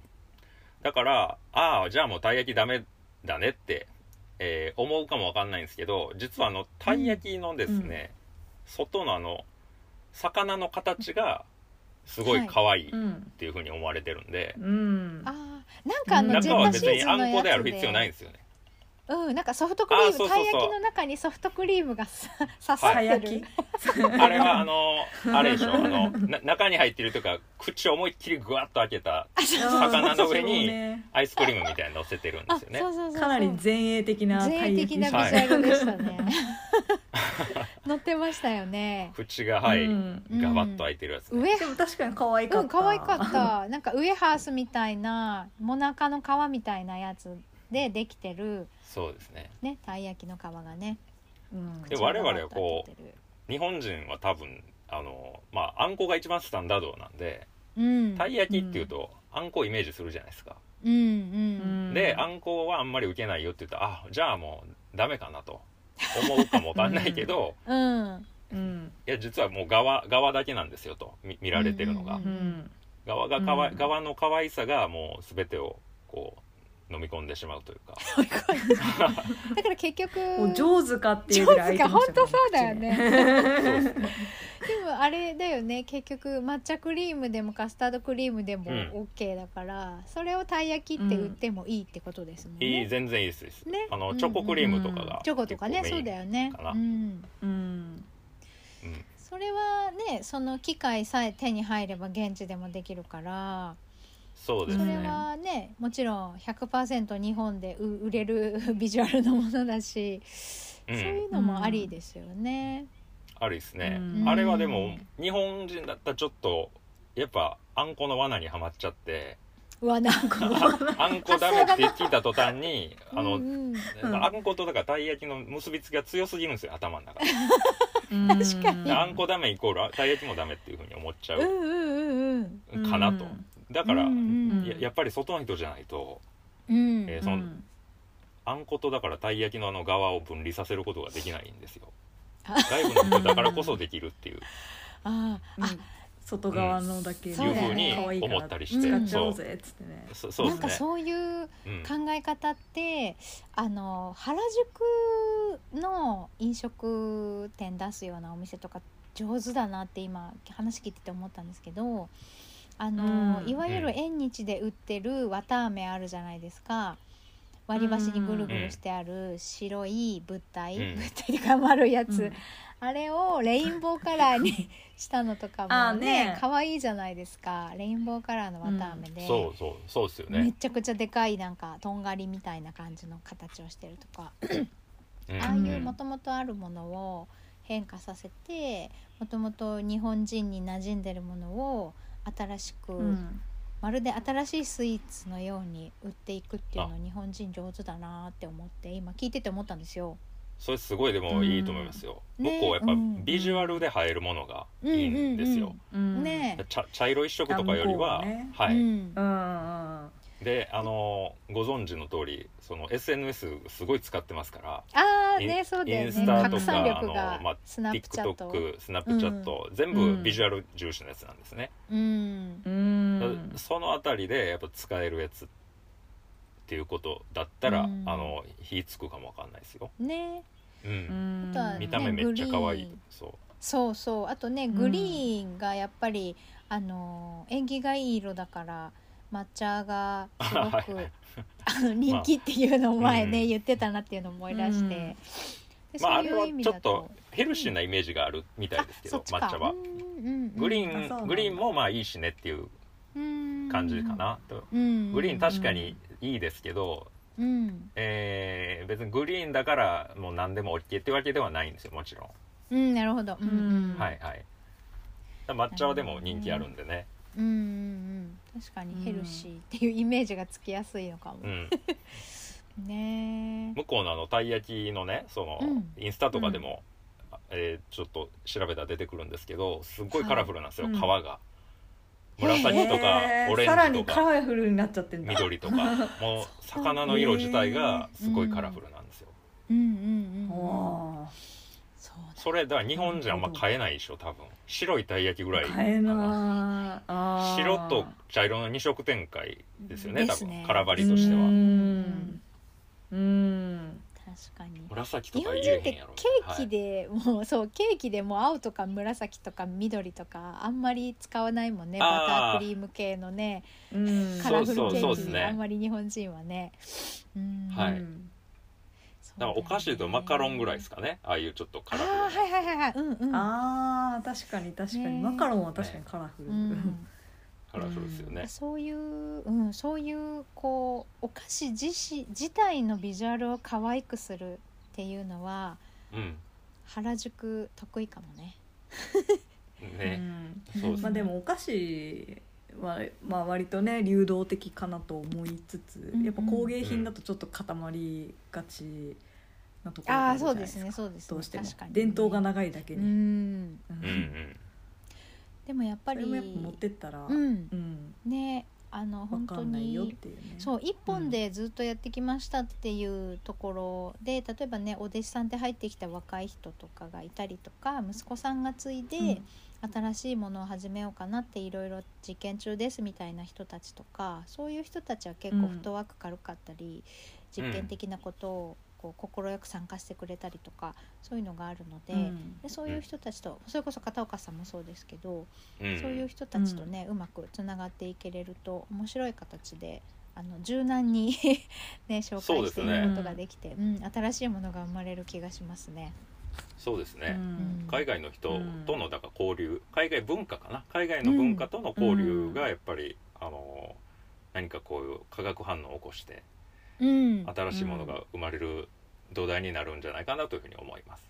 [SPEAKER 3] だからああじゃあもうたい焼きダメだねって、えー思うかもわかんないんですけど実はあのたい焼きのですね、外のあの魚の形がすごい可愛いっ
[SPEAKER 2] うん
[SPEAKER 3] ていう風に思われてるんで、
[SPEAKER 2] うん
[SPEAKER 1] あーなんかあの
[SPEAKER 2] うん
[SPEAKER 1] ジ
[SPEAKER 3] 中
[SPEAKER 1] ェ
[SPEAKER 3] は
[SPEAKER 1] ッタ
[SPEAKER 3] 別
[SPEAKER 1] シー
[SPEAKER 3] に
[SPEAKER 1] ズ
[SPEAKER 3] あ
[SPEAKER 1] ンの
[SPEAKER 3] んこ
[SPEAKER 1] やつ
[SPEAKER 3] で
[SPEAKER 1] で
[SPEAKER 3] ある必要ないんですよね
[SPEAKER 1] うんなんかソフトクリー
[SPEAKER 3] あーそうそう
[SPEAKER 1] ムたい
[SPEAKER 3] そう
[SPEAKER 1] 焼きの中にソフトクリームがさ刺さっ
[SPEAKER 2] さ
[SPEAKER 1] て
[SPEAKER 2] や
[SPEAKER 1] る、
[SPEAKER 2] き
[SPEAKER 3] あれは
[SPEAKER 1] *laughs*
[SPEAKER 3] あのあれでしょあのな中に入ってるというか口を思いっきりぐわっと開けた魚の上に
[SPEAKER 2] そうね
[SPEAKER 3] アイスクリームみたいに乗せてるんで
[SPEAKER 1] あ
[SPEAKER 3] す
[SPEAKER 1] そう
[SPEAKER 3] よね
[SPEAKER 1] そうそうそう
[SPEAKER 2] かなり前衛的な
[SPEAKER 1] 前衛的なビジ
[SPEAKER 3] たい
[SPEAKER 1] ュア
[SPEAKER 3] 焼
[SPEAKER 1] ルでしたね乗ってましたよ
[SPEAKER 3] *laughs*
[SPEAKER 1] ね
[SPEAKER 3] 口がはい、
[SPEAKER 2] うん
[SPEAKER 3] ガバッと開いてるやつ、ね
[SPEAKER 1] 上
[SPEAKER 2] でも確かに可愛かった、
[SPEAKER 1] うん可愛かったなんかウエハースみたいなモナカの皮みたいなやつでできてる
[SPEAKER 3] そうですね
[SPEAKER 1] ねたい焼きの皮がね
[SPEAKER 2] うん
[SPEAKER 3] で我々はこ日本人は多分あのまああんこが一番スタンダードなんで
[SPEAKER 1] う、うん、
[SPEAKER 3] たい焼きっていうと、あんこをイメージするじゃないですか、
[SPEAKER 1] うんうん
[SPEAKER 3] であ
[SPEAKER 2] ん
[SPEAKER 3] んこはあんまり受けないよって言うとあじゃあもうダメかなと思うかもわかんないけど、
[SPEAKER 1] うん
[SPEAKER 2] うん
[SPEAKER 3] いや実はもう側側だけなんですよと見見られてるのが、
[SPEAKER 1] うん
[SPEAKER 2] うん
[SPEAKER 3] 側がかわい、
[SPEAKER 2] うん
[SPEAKER 3] 側の可愛さがもう全てをこう飲み込んでしまうというか
[SPEAKER 1] だから結局
[SPEAKER 2] もう上手かってい
[SPEAKER 1] ジョ
[SPEAKER 2] うぐら
[SPEAKER 1] ーズが
[SPEAKER 2] い開いてま
[SPEAKER 1] 本
[SPEAKER 2] した
[SPEAKER 1] 当 *laughs* そうだよね。
[SPEAKER 3] そうですね
[SPEAKER 1] でもあれだよね結局抹茶クリームでもカスタードクリームでも
[SPEAKER 3] うん
[SPEAKER 1] OK だから、それをたい焼きって売ってもいいってことですもんね。
[SPEAKER 3] いい全然いいですいいです、
[SPEAKER 1] ね
[SPEAKER 3] あ
[SPEAKER 1] う
[SPEAKER 3] の
[SPEAKER 1] ん
[SPEAKER 3] チョコクリームとかが、
[SPEAKER 1] チョコとかね
[SPEAKER 3] 結
[SPEAKER 1] そ
[SPEAKER 3] 構メイ
[SPEAKER 1] う
[SPEAKER 3] ン
[SPEAKER 1] だよね
[SPEAKER 3] かな。
[SPEAKER 1] うん
[SPEAKER 2] うん
[SPEAKER 3] うん
[SPEAKER 1] それはねその機械さえ手に入れば現地でもできるから
[SPEAKER 3] そうです
[SPEAKER 1] そ
[SPEAKER 3] ね
[SPEAKER 1] れはねもちろん100%日本で売売れるビジュアルのものだし、
[SPEAKER 3] うん
[SPEAKER 1] そういうのもありですよね。
[SPEAKER 3] ありですね、
[SPEAKER 2] うん
[SPEAKER 3] あれはでも日本人だったらちょっとやっぱあんこの罠にはまっちゃって
[SPEAKER 1] うわなんか
[SPEAKER 3] あんこダメって聞いた途端にあ
[SPEAKER 1] *laughs*
[SPEAKER 3] の、
[SPEAKER 1] うんうん
[SPEAKER 2] うん
[SPEAKER 3] あんことだからたい焼きの結びつきが強すぎるんですよ頭の中で
[SPEAKER 2] 確
[SPEAKER 1] か
[SPEAKER 3] であんこダメイコールあたい焼きもダメっていうふうに思っちゃ
[SPEAKER 1] うん
[SPEAKER 3] う
[SPEAKER 1] うんうん
[SPEAKER 3] かなと、
[SPEAKER 2] うん
[SPEAKER 3] だから、
[SPEAKER 1] うん
[SPEAKER 2] うん
[SPEAKER 3] ややっぱり外の人じゃないと
[SPEAKER 1] うん
[SPEAKER 3] えー
[SPEAKER 2] う
[SPEAKER 3] その
[SPEAKER 2] ん
[SPEAKER 3] あんことだからたい焼きのあの側を分離させることができないんですよ
[SPEAKER 1] あ
[SPEAKER 3] 外部の人だからこそでき
[SPEAKER 1] *laughs*
[SPEAKER 3] るっていう
[SPEAKER 1] あああ
[SPEAKER 2] 外側のだけ
[SPEAKER 1] ん
[SPEAKER 3] い
[SPEAKER 1] そううだ
[SPEAKER 3] ふ
[SPEAKER 1] よ
[SPEAKER 3] うに
[SPEAKER 1] ね
[SPEAKER 3] 思ったり
[SPEAKER 2] し
[SPEAKER 3] して、
[SPEAKER 1] うん
[SPEAKER 2] ちゃ
[SPEAKER 3] そ
[SPEAKER 2] おう
[SPEAKER 3] う
[SPEAKER 2] ぜっつってね
[SPEAKER 3] そそう
[SPEAKER 1] なんか
[SPEAKER 3] ですね、
[SPEAKER 1] そういう
[SPEAKER 3] うん
[SPEAKER 1] 考え方って、あの原宿の飲食店出すようなお店とか上手だなって今話聞いてて思ったんですけどあの、
[SPEAKER 2] うん
[SPEAKER 1] いわゆ
[SPEAKER 3] う
[SPEAKER 1] る
[SPEAKER 3] ん
[SPEAKER 1] 縁日で売ってる綿あめあるじゃないですか割り箸にぐるぐるしてある白い物体、
[SPEAKER 3] うん
[SPEAKER 1] 物体っていうか丸いやつ、
[SPEAKER 2] うん
[SPEAKER 1] あれをレインボーカラーにしたのとかも
[SPEAKER 2] *laughs* あー
[SPEAKER 1] ね
[SPEAKER 2] ね
[SPEAKER 1] 可愛、いいじゃないですかレインボーカラーの綿あめで、
[SPEAKER 3] そうそうそうですよ
[SPEAKER 1] め
[SPEAKER 3] ね、
[SPEAKER 1] ちゃくちゃでかいなんかとんがりみたいな感じの形をしてるとか
[SPEAKER 3] うん
[SPEAKER 1] ああいう
[SPEAKER 3] うん
[SPEAKER 1] もともとあるものを変化させてもともと日本人に馴染んでるものを新しく、
[SPEAKER 2] うん
[SPEAKER 1] まるで新しいスイーツのように売っていくっていうの日本人上手だなーって思って今聞いてて思ったんですよ。
[SPEAKER 3] それすごいでもいいと思いますよ、
[SPEAKER 1] うんね
[SPEAKER 3] 僕はやっぱ
[SPEAKER 1] うん
[SPEAKER 3] ビジュアルで映えるものがいいんですよ、
[SPEAKER 2] うん
[SPEAKER 1] ねえ
[SPEAKER 3] 茶茶色一色とかよりは、
[SPEAKER 2] あ向こうはね
[SPEAKER 3] はい、
[SPEAKER 1] うん
[SPEAKER 2] うんうんうん
[SPEAKER 3] であのご存知の通りその SNS すごい使ってますから
[SPEAKER 1] ああ
[SPEAKER 3] イ
[SPEAKER 1] ね
[SPEAKER 3] ン
[SPEAKER 1] そうだよ
[SPEAKER 3] インス
[SPEAKER 1] ね
[SPEAKER 3] タ
[SPEAKER 1] 拡
[SPEAKER 3] と
[SPEAKER 1] 散
[SPEAKER 3] かあ
[SPEAKER 1] 力
[SPEAKER 3] の、
[SPEAKER 1] が
[SPEAKER 3] まあ、
[SPEAKER 1] スナップチャット、
[SPEAKER 3] TikTok スナップチャット、全
[SPEAKER 2] う
[SPEAKER 3] 部
[SPEAKER 2] ん
[SPEAKER 3] ビジュアル重視のやつなんですね、
[SPEAKER 1] うん
[SPEAKER 2] うん
[SPEAKER 3] そのあたりでやっぱ使えるやつっていうことだったら、
[SPEAKER 1] うん
[SPEAKER 3] あの火つくかもわかんないですよ、
[SPEAKER 1] ね
[SPEAKER 3] うん
[SPEAKER 2] うん
[SPEAKER 1] あとはね
[SPEAKER 3] 見た目めっちゃ可愛
[SPEAKER 1] グリ
[SPEAKER 3] い、
[SPEAKER 1] ーン
[SPEAKER 3] そう
[SPEAKER 1] そうそうあとね
[SPEAKER 2] ん
[SPEAKER 1] グリーンがやっぱり、あのー縁起がいい色だから抹茶がすご
[SPEAKER 3] *laughs* はい
[SPEAKER 1] くあの人気っていうのを前ね、
[SPEAKER 3] うん
[SPEAKER 1] 言ってたなっていうのを思い出して、
[SPEAKER 2] うん
[SPEAKER 1] で
[SPEAKER 3] まあ
[SPEAKER 1] そ
[SPEAKER 3] あ
[SPEAKER 1] うい
[SPEAKER 3] れ
[SPEAKER 1] う
[SPEAKER 3] は
[SPEAKER 1] 意味
[SPEAKER 3] ちょ
[SPEAKER 1] だ
[SPEAKER 3] っと
[SPEAKER 1] と
[SPEAKER 3] ヘルシーなイメージがあるみたいですけど、抹茶は
[SPEAKER 1] うん、うんうん
[SPEAKER 3] グリ
[SPEAKER 2] あそうな
[SPEAKER 3] ー
[SPEAKER 2] ん
[SPEAKER 3] ン
[SPEAKER 2] だ
[SPEAKER 3] グリーンもまあいいしねっていう
[SPEAKER 1] うん
[SPEAKER 3] 感じかな、と
[SPEAKER 1] うんうん
[SPEAKER 3] グリーン確かにいいですけど、
[SPEAKER 1] うん
[SPEAKER 3] えー別にグリーンだからもう何でも OK ってわけではないんですよもちろん、
[SPEAKER 1] うんなるほどうんうん
[SPEAKER 2] うん
[SPEAKER 3] はいはいだから抹茶はでも人気あるんでね
[SPEAKER 1] うんうんうん確かにヘルシーっていうイメージがつきやすいのかも、
[SPEAKER 3] うん
[SPEAKER 1] ね
[SPEAKER 3] 向こうのあのたい焼きのねその、
[SPEAKER 1] うん
[SPEAKER 3] インスタとかでも、えーちょっと調べたら出てくるんですけどすっごいカラフルなんですよ、
[SPEAKER 2] はいうん
[SPEAKER 3] 皮が紫とか
[SPEAKER 2] へー
[SPEAKER 3] オ
[SPEAKER 2] さら
[SPEAKER 3] レンジ
[SPEAKER 2] に
[SPEAKER 3] と
[SPEAKER 2] カ
[SPEAKER 3] か
[SPEAKER 2] ラフルになっちゃってんだ
[SPEAKER 3] 緑とか
[SPEAKER 2] *laughs*
[SPEAKER 3] もう魚の色自体がすごいカラフルなんですよ
[SPEAKER 1] うんうんうんうん
[SPEAKER 2] おー
[SPEAKER 1] そうだ
[SPEAKER 3] それだから日本じゃあんま買えないでしょ多分白いたい焼きぐらい
[SPEAKER 2] 買えなーあー
[SPEAKER 3] 白と茶色の二色展開ですよね
[SPEAKER 1] で
[SPEAKER 3] 多
[SPEAKER 1] すね
[SPEAKER 3] 分カラバリとして
[SPEAKER 2] う
[SPEAKER 3] は
[SPEAKER 2] んうん
[SPEAKER 1] 確かに
[SPEAKER 3] 紫と
[SPEAKER 1] 日
[SPEAKER 3] か
[SPEAKER 1] 本人
[SPEAKER 3] 言え
[SPEAKER 1] って
[SPEAKER 3] へん
[SPEAKER 1] ケ
[SPEAKER 3] やろ
[SPEAKER 1] ーキでもう、そうケーキでもう青とか紫とか緑とかあんまり使わないもんね
[SPEAKER 3] あ
[SPEAKER 1] バ
[SPEAKER 3] ー
[SPEAKER 1] タークリーム系のね
[SPEAKER 2] うん
[SPEAKER 1] カラフル
[SPEAKER 3] そう
[SPEAKER 1] ケ
[SPEAKER 3] そう
[SPEAKER 1] ー
[SPEAKER 3] そうっ
[SPEAKER 1] キ、
[SPEAKER 3] すね
[SPEAKER 1] あんまり日本人はねうん
[SPEAKER 3] はい
[SPEAKER 2] うん
[SPEAKER 1] そう
[SPEAKER 3] だからお菓子で言うとマカロンぐらいです
[SPEAKER 1] か
[SPEAKER 3] かねああいうちょっとカラフル
[SPEAKER 1] あー
[SPEAKER 3] な
[SPEAKER 1] はいはいはいはいうんうん
[SPEAKER 2] あー確かに確か
[SPEAKER 1] ね
[SPEAKER 2] にマカロンは確かにカラフル、
[SPEAKER 1] うん
[SPEAKER 3] カラフルですよね
[SPEAKER 1] そういう、うん、そういうこうお菓子自身自体のビジュアルを可愛くするっていうのは
[SPEAKER 3] うん
[SPEAKER 1] 原宿得意かもね。
[SPEAKER 2] う
[SPEAKER 3] ね
[SPEAKER 2] ん
[SPEAKER 3] そうです
[SPEAKER 2] まあでもお菓子は、まあ、割とね流動的かなと思いつつ、
[SPEAKER 1] んうん
[SPEAKER 2] やっぱ工芸品だとちょっと固まりがちなところ
[SPEAKER 1] あ
[SPEAKER 2] があ
[SPEAKER 1] あ
[SPEAKER 2] るじ
[SPEAKER 1] そ
[SPEAKER 2] ゃ
[SPEAKER 1] う
[SPEAKER 2] な
[SPEAKER 1] で
[SPEAKER 2] いですすか
[SPEAKER 1] ねそうですね
[SPEAKER 2] どうしても、
[SPEAKER 1] 確かにね
[SPEAKER 2] 伝統が長いだけ
[SPEAKER 1] う
[SPEAKER 2] に、
[SPEAKER 1] ん
[SPEAKER 2] うん
[SPEAKER 3] うんうん
[SPEAKER 1] でもやっぱ
[SPEAKER 2] そ
[SPEAKER 1] り
[SPEAKER 2] れもやっぱ持ってったら、
[SPEAKER 1] うん
[SPEAKER 2] うん
[SPEAKER 1] ねあの
[SPEAKER 2] わ
[SPEAKER 1] 本
[SPEAKER 2] か
[SPEAKER 1] 当
[SPEAKER 2] んないよっ
[SPEAKER 1] に
[SPEAKER 2] ていうね
[SPEAKER 1] そう一本でずっとやってきましたっていうところで、例えばねお弟子さんって入ってきた若い人とかがいたりとか息子さんが継いで、
[SPEAKER 2] うん
[SPEAKER 1] 新しいものを始めようかなっていろいろ実験中ですみたいな人たちとかそういう人たちは結構
[SPEAKER 2] うん
[SPEAKER 1] フットワーク軽かったり、実験的なことをこう快く参加してくれたりとかそういうのがあるので,、
[SPEAKER 2] うん
[SPEAKER 1] でそういう人たちとそれこそ片岡さんもそうですけど、
[SPEAKER 3] うん
[SPEAKER 1] そういう人たちとね、うまくつながっていけれると面白い形であの柔軟に *laughs* ね紹
[SPEAKER 3] そ
[SPEAKER 1] 介
[SPEAKER 3] うで
[SPEAKER 1] して
[SPEAKER 3] す
[SPEAKER 1] い
[SPEAKER 3] ね
[SPEAKER 1] くことができてうん新しいものが生まれる気がしますね。
[SPEAKER 3] そうです
[SPEAKER 2] うん
[SPEAKER 3] ね
[SPEAKER 1] うん
[SPEAKER 3] 海外の人とのだから交流海外文化かな海外の文化との交流がやっぱりあの何かこういう化学反応を起こして
[SPEAKER 1] うん、
[SPEAKER 3] 新しいものが生まれる土台になるんじゃないかなというふうに思います。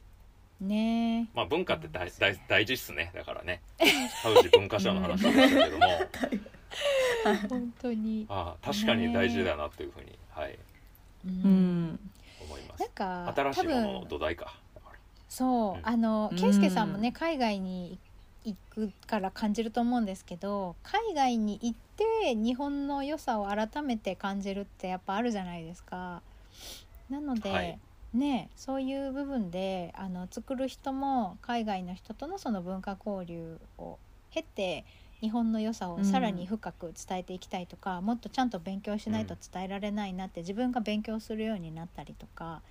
[SPEAKER 1] ねえ
[SPEAKER 3] まあ文化って大
[SPEAKER 1] そうです
[SPEAKER 3] 大
[SPEAKER 1] ね
[SPEAKER 3] 大事っすねだか
[SPEAKER 1] *laughs*
[SPEAKER 3] らねハウジ文化賞の話でしたけども
[SPEAKER 1] 本当に、
[SPEAKER 3] ああ確かに大事だなというふうに、はい、
[SPEAKER 1] う、
[SPEAKER 2] うんん
[SPEAKER 3] 思い
[SPEAKER 1] な
[SPEAKER 3] ま
[SPEAKER 1] ん
[SPEAKER 3] す
[SPEAKER 1] か
[SPEAKER 3] 新しいもの
[SPEAKER 1] 多
[SPEAKER 3] の
[SPEAKER 1] 分
[SPEAKER 3] 土台かだから
[SPEAKER 1] そう、
[SPEAKER 3] うん
[SPEAKER 1] あの
[SPEAKER 2] うん
[SPEAKER 1] 圭介さんもね海外に行くから感じると思うんですけど海外に行って日本の良さを改めて感じるってやっぱあるじゃないですか。なので、
[SPEAKER 3] はい
[SPEAKER 1] ねそういう部分であの作る人も海外の人とのその文化交流を経て日本の良さをさらに深く伝えていきたいとか、もっとちゃんと勉強しないと伝えられないなって自分が勉強するようになったりとか、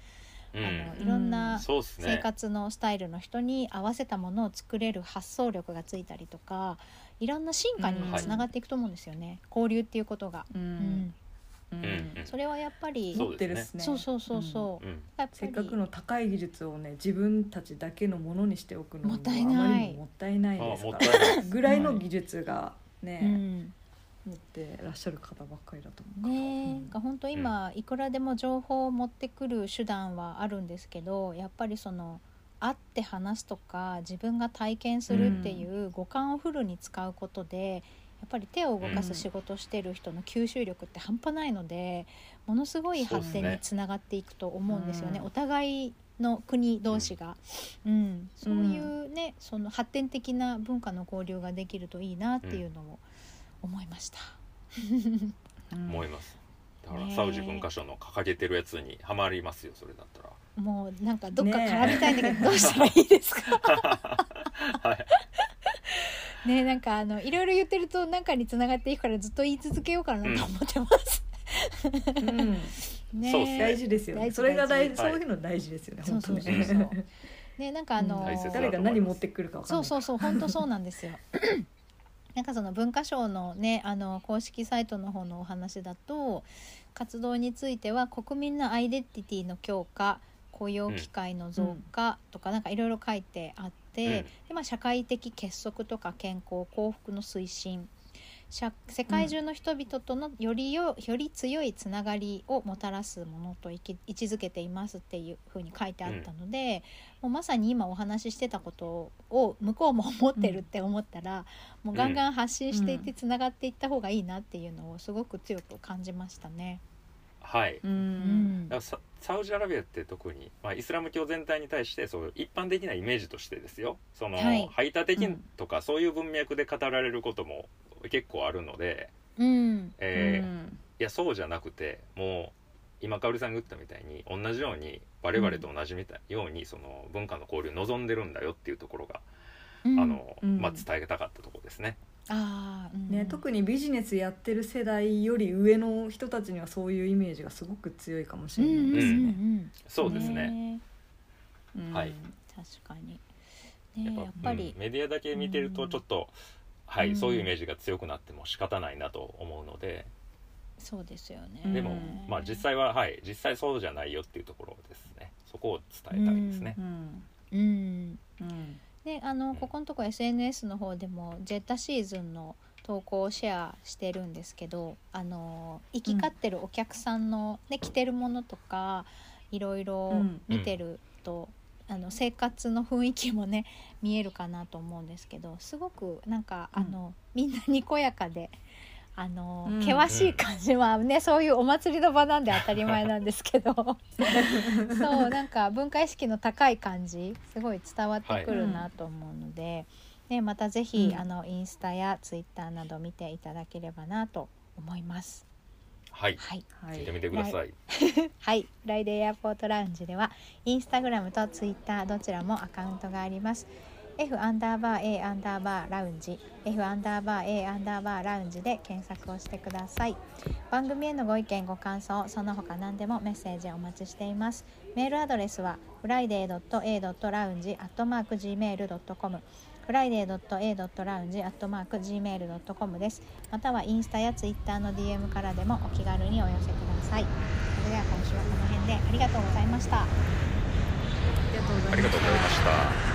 [SPEAKER 1] あの
[SPEAKER 2] うん
[SPEAKER 1] いろんな
[SPEAKER 3] そうです
[SPEAKER 1] 生
[SPEAKER 3] ね。
[SPEAKER 1] 活のスタイルの人に合わせたものを作れる発想力がついたりとかいろんな進化に
[SPEAKER 2] うん
[SPEAKER 3] はい
[SPEAKER 1] つながっていくと思うんですよね、交流っていうことが、
[SPEAKER 2] う
[SPEAKER 1] うんん
[SPEAKER 2] うん
[SPEAKER 3] うんうん
[SPEAKER 1] それはやっぱり
[SPEAKER 3] そ
[SPEAKER 2] 持
[SPEAKER 3] う
[SPEAKER 2] ってるっすね
[SPEAKER 1] そうそうそうそう
[SPEAKER 3] うん。
[SPEAKER 1] やっぱ
[SPEAKER 2] せ
[SPEAKER 1] り
[SPEAKER 2] っかくの高い技術をね自分たちだけのものにしておくの
[SPEAKER 1] も
[SPEAKER 2] も
[SPEAKER 1] ったい
[SPEAKER 2] あ
[SPEAKER 1] ない
[SPEAKER 2] まりにももったいない
[SPEAKER 3] あ
[SPEAKER 2] です
[SPEAKER 3] も
[SPEAKER 2] か
[SPEAKER 3] ったいない。
[SPEAKER 2] らぐらいの技術がね、
[SPEAKER 1] うん
[SPEAKER 2] 持ってらっしゃる方ばっかりだと思うから
[SPEAKER 1] ねえ、が本当今いくらでも情報を持ってくる手段はあるんですけどやっぱりその会って話すとか自分が体験するっていう五感をフルに使うことでやっぱり手を動かす仕事してる人の吸収力って半端ないのでものすごい発展につながっていくと思うんですよね
[SPEAKER 2] うん
[SPEAKER 1] お互いの国同士が、うん、そういうねその発展的な文化の交流ができるといいなっていうのを思いました。
[SPEAKER 2] うん
[SPEAKER 3] 思います。だか
[SPEAKER 1] *laughs*
[SPEAKER 3] ら
[SPEAKER 1] ねえ
[SPEAKER 3] サウジ文化省の掲げてるやつにハマりますよ。それだったら。
[SPEAKER 1] もうなんかどっか
[SPEAKER 2] ねえ
[SPEAKER 1] 絡みたいんだけどどうしたらいいですか
[SPEAKER 3] *laughs* はい。
[SPEAKER 1] ねえなんかあのいろいろ言ってるとなんかにつながっていくからずっと言い続けようかなと思って
[SPEAKER 3] *laughs*
[SPEAKER 1] ます、
[SPEAKER 2] うん
[SPEAKER 1] ねえ
[SPEAKER 3] そうっすね
[SPEAKER 2] 大事ですよ
[SPEAKER 1] 大
[SPEAKER 2] ね
[SPEAKER 1] 事
[SPEAKER 2] それが大
[SPEAKER 1] 大
[SPEAKER 2] 事
[SPEAKER 3] 事
[SPEAKER 2] そういうの大事ですよね
[SPEAKER 1] そう
[SPEAKER 2] 本
[SPEAKER 1] そ
[SPEAKER 2] 当
[SPEAKER 1] う
[SPEAKER 2] ね
[SPEAKER 1] そうそうねえなんかあの、
[SPEAKER 2] うん
[SPEAKER 3] 大切だ
[SPEAKER 2] 誰が何持ってくるかわかん
[SPEAKER 1] そ
[SPEAKER 2] な
[SPEAKER 1] う
[SPEAKER 2] い
[SPEAKER 1] そうそう本当そうなんですよ *clears throat* なんかその文化省のねあの公式サイトの方のお話だと活動については国民のアイデンティティの強化雇用機会の増加とか、なんかいろいろ書いてあって、
[SPEAKER 3] うん
[SPEAKER 1] でまあ、社会的結束とか健康幸福の推進社世界中の人々とのよりよより強いつながりをもたらすものといき位置づけていますっていうふうに書いてあったので、もうまさに今お話ししてたことを向こうも思ってるって思ったら、もうガンガン発信していってつながっていった方がいいなっていうのをすごく強く感じましたね。
[SPEAKER 3] はい。
[SPEAKER 2] う
[SPEAKER 1] うんん
[SPEAKER 3] だからササウジアラビアって特に、まあ、イスラム教全体に対してそう一般的なイメージとしてですよその、
[SPEAKER 1] はい
[SPEAKER 3] 排他的
[SPEAKER 2] うん
[SPEAKER 3] とか、そういう文脈で語られることも結構あるので、
[SPEAKER 1] うん
[SPEAKER 3] えー
[SPEAKER 2] う
[SPEAKER 3] い
[SPEAKER 2] ん
[SPEAKER 3] やそうじゃなくてもう今香織さんが言ったみたいに同じように我々と同じみたいように、その文化の交流を望んでるんだよっていうところが、
[SPEAKER 1] うん
[SPEAKER 3] あの
[SPEAKER 2] うん
[SPEAKER 3] まあ、伝えたかったところですね。
[SPEAKER 1] あー、うん
[SPEAKER 2] ね、特にビジネスやってる世代より上の人たちにはそういうイメージがすごく強いかもし
[SPEAKER 1] う
[SPEAKER 2] れ
[SPEAKER 1] んうんうん
[SPEAKER 2] ないで
[SPEAKER 1] う
[SPEAKER 2] すね。
[SPEAKER 1] ん
[SPEAKER 3] そうですね
[SPEAKER 1] ね
[SPEAKER 2] うん
[SPEAKER 3] はい
[SPEAKER 1] 確かにねやっぱり、
[SPEAKER 3] うんメディアだけ見てるとちょっと、はい、
[SPEAKER 1] うん
[SPEAKER 3] そういうイメージが強くなっても仕方ないなと思うので、
[SPEAKER 1] そうですよね
[SPEAKER 3] でも、
[SPEAKER 2] うん
[SPEAKER 3] まあ実際ははい実際そうじゃないよっていうところですねそこを伝えたいですね
[SPEAKER 2] う、ん
[SPEAKER 1] うん
[SPEAKER 2] うん
[SPEAKER 1] であの
[SPEAKER 3] ん
[SPEAKER 1] ここのとこ SNS の方でもジェッタシーズンの投稿をシェアしてるんですけどあの行き交ってるお客さんの、ね着てるものとかいろいろ見てると、あの生活の雰囲気もね見えるかなと思うんですけどすごくなんかあの、みんなにこやかで。あの
[SPEAKER 2] うん
[SPEAKER 1] 険しい感じはね、そういうお祭りの場なんで当たり前なんですけどそうなんか文化意識の高い感じすごい伝わってくるなと思うので、ね、またぜひ、
[SPEAKER 2] うん
[SPEAKER 1] あのインスタやツイッターなど見ていただければなと思います。
[SPEAKER 3] はい
[SPEAKER 1] はい、
[SPEAKER 2] は
[SPEAKER 3] 聞
[SPEAKER 2] い
[SPEAKER 3] いてみてください
[SPEAKER 1] はい、フライデーエアポートラウンジではインスタグラムとツイッターどちらもアカウントがあります。F アンダーバー A アンダーバーラウンジ F アンダーバー A アンダーバーラウンジで検索をしてください番組へのご意見ご感想その他何でもメッセージお待ちしていますメールアドレスは friday.a.lounge.gmail.com friday.a.lounge.gmail.com ですまたはインスタやツイッターの DM からでもお気軽にお寄せくださいそれでは今週はこの辺でありがとうございました
[SPEAKER 2] ありがとうございました
[SPEAKER 3] ありがとうございました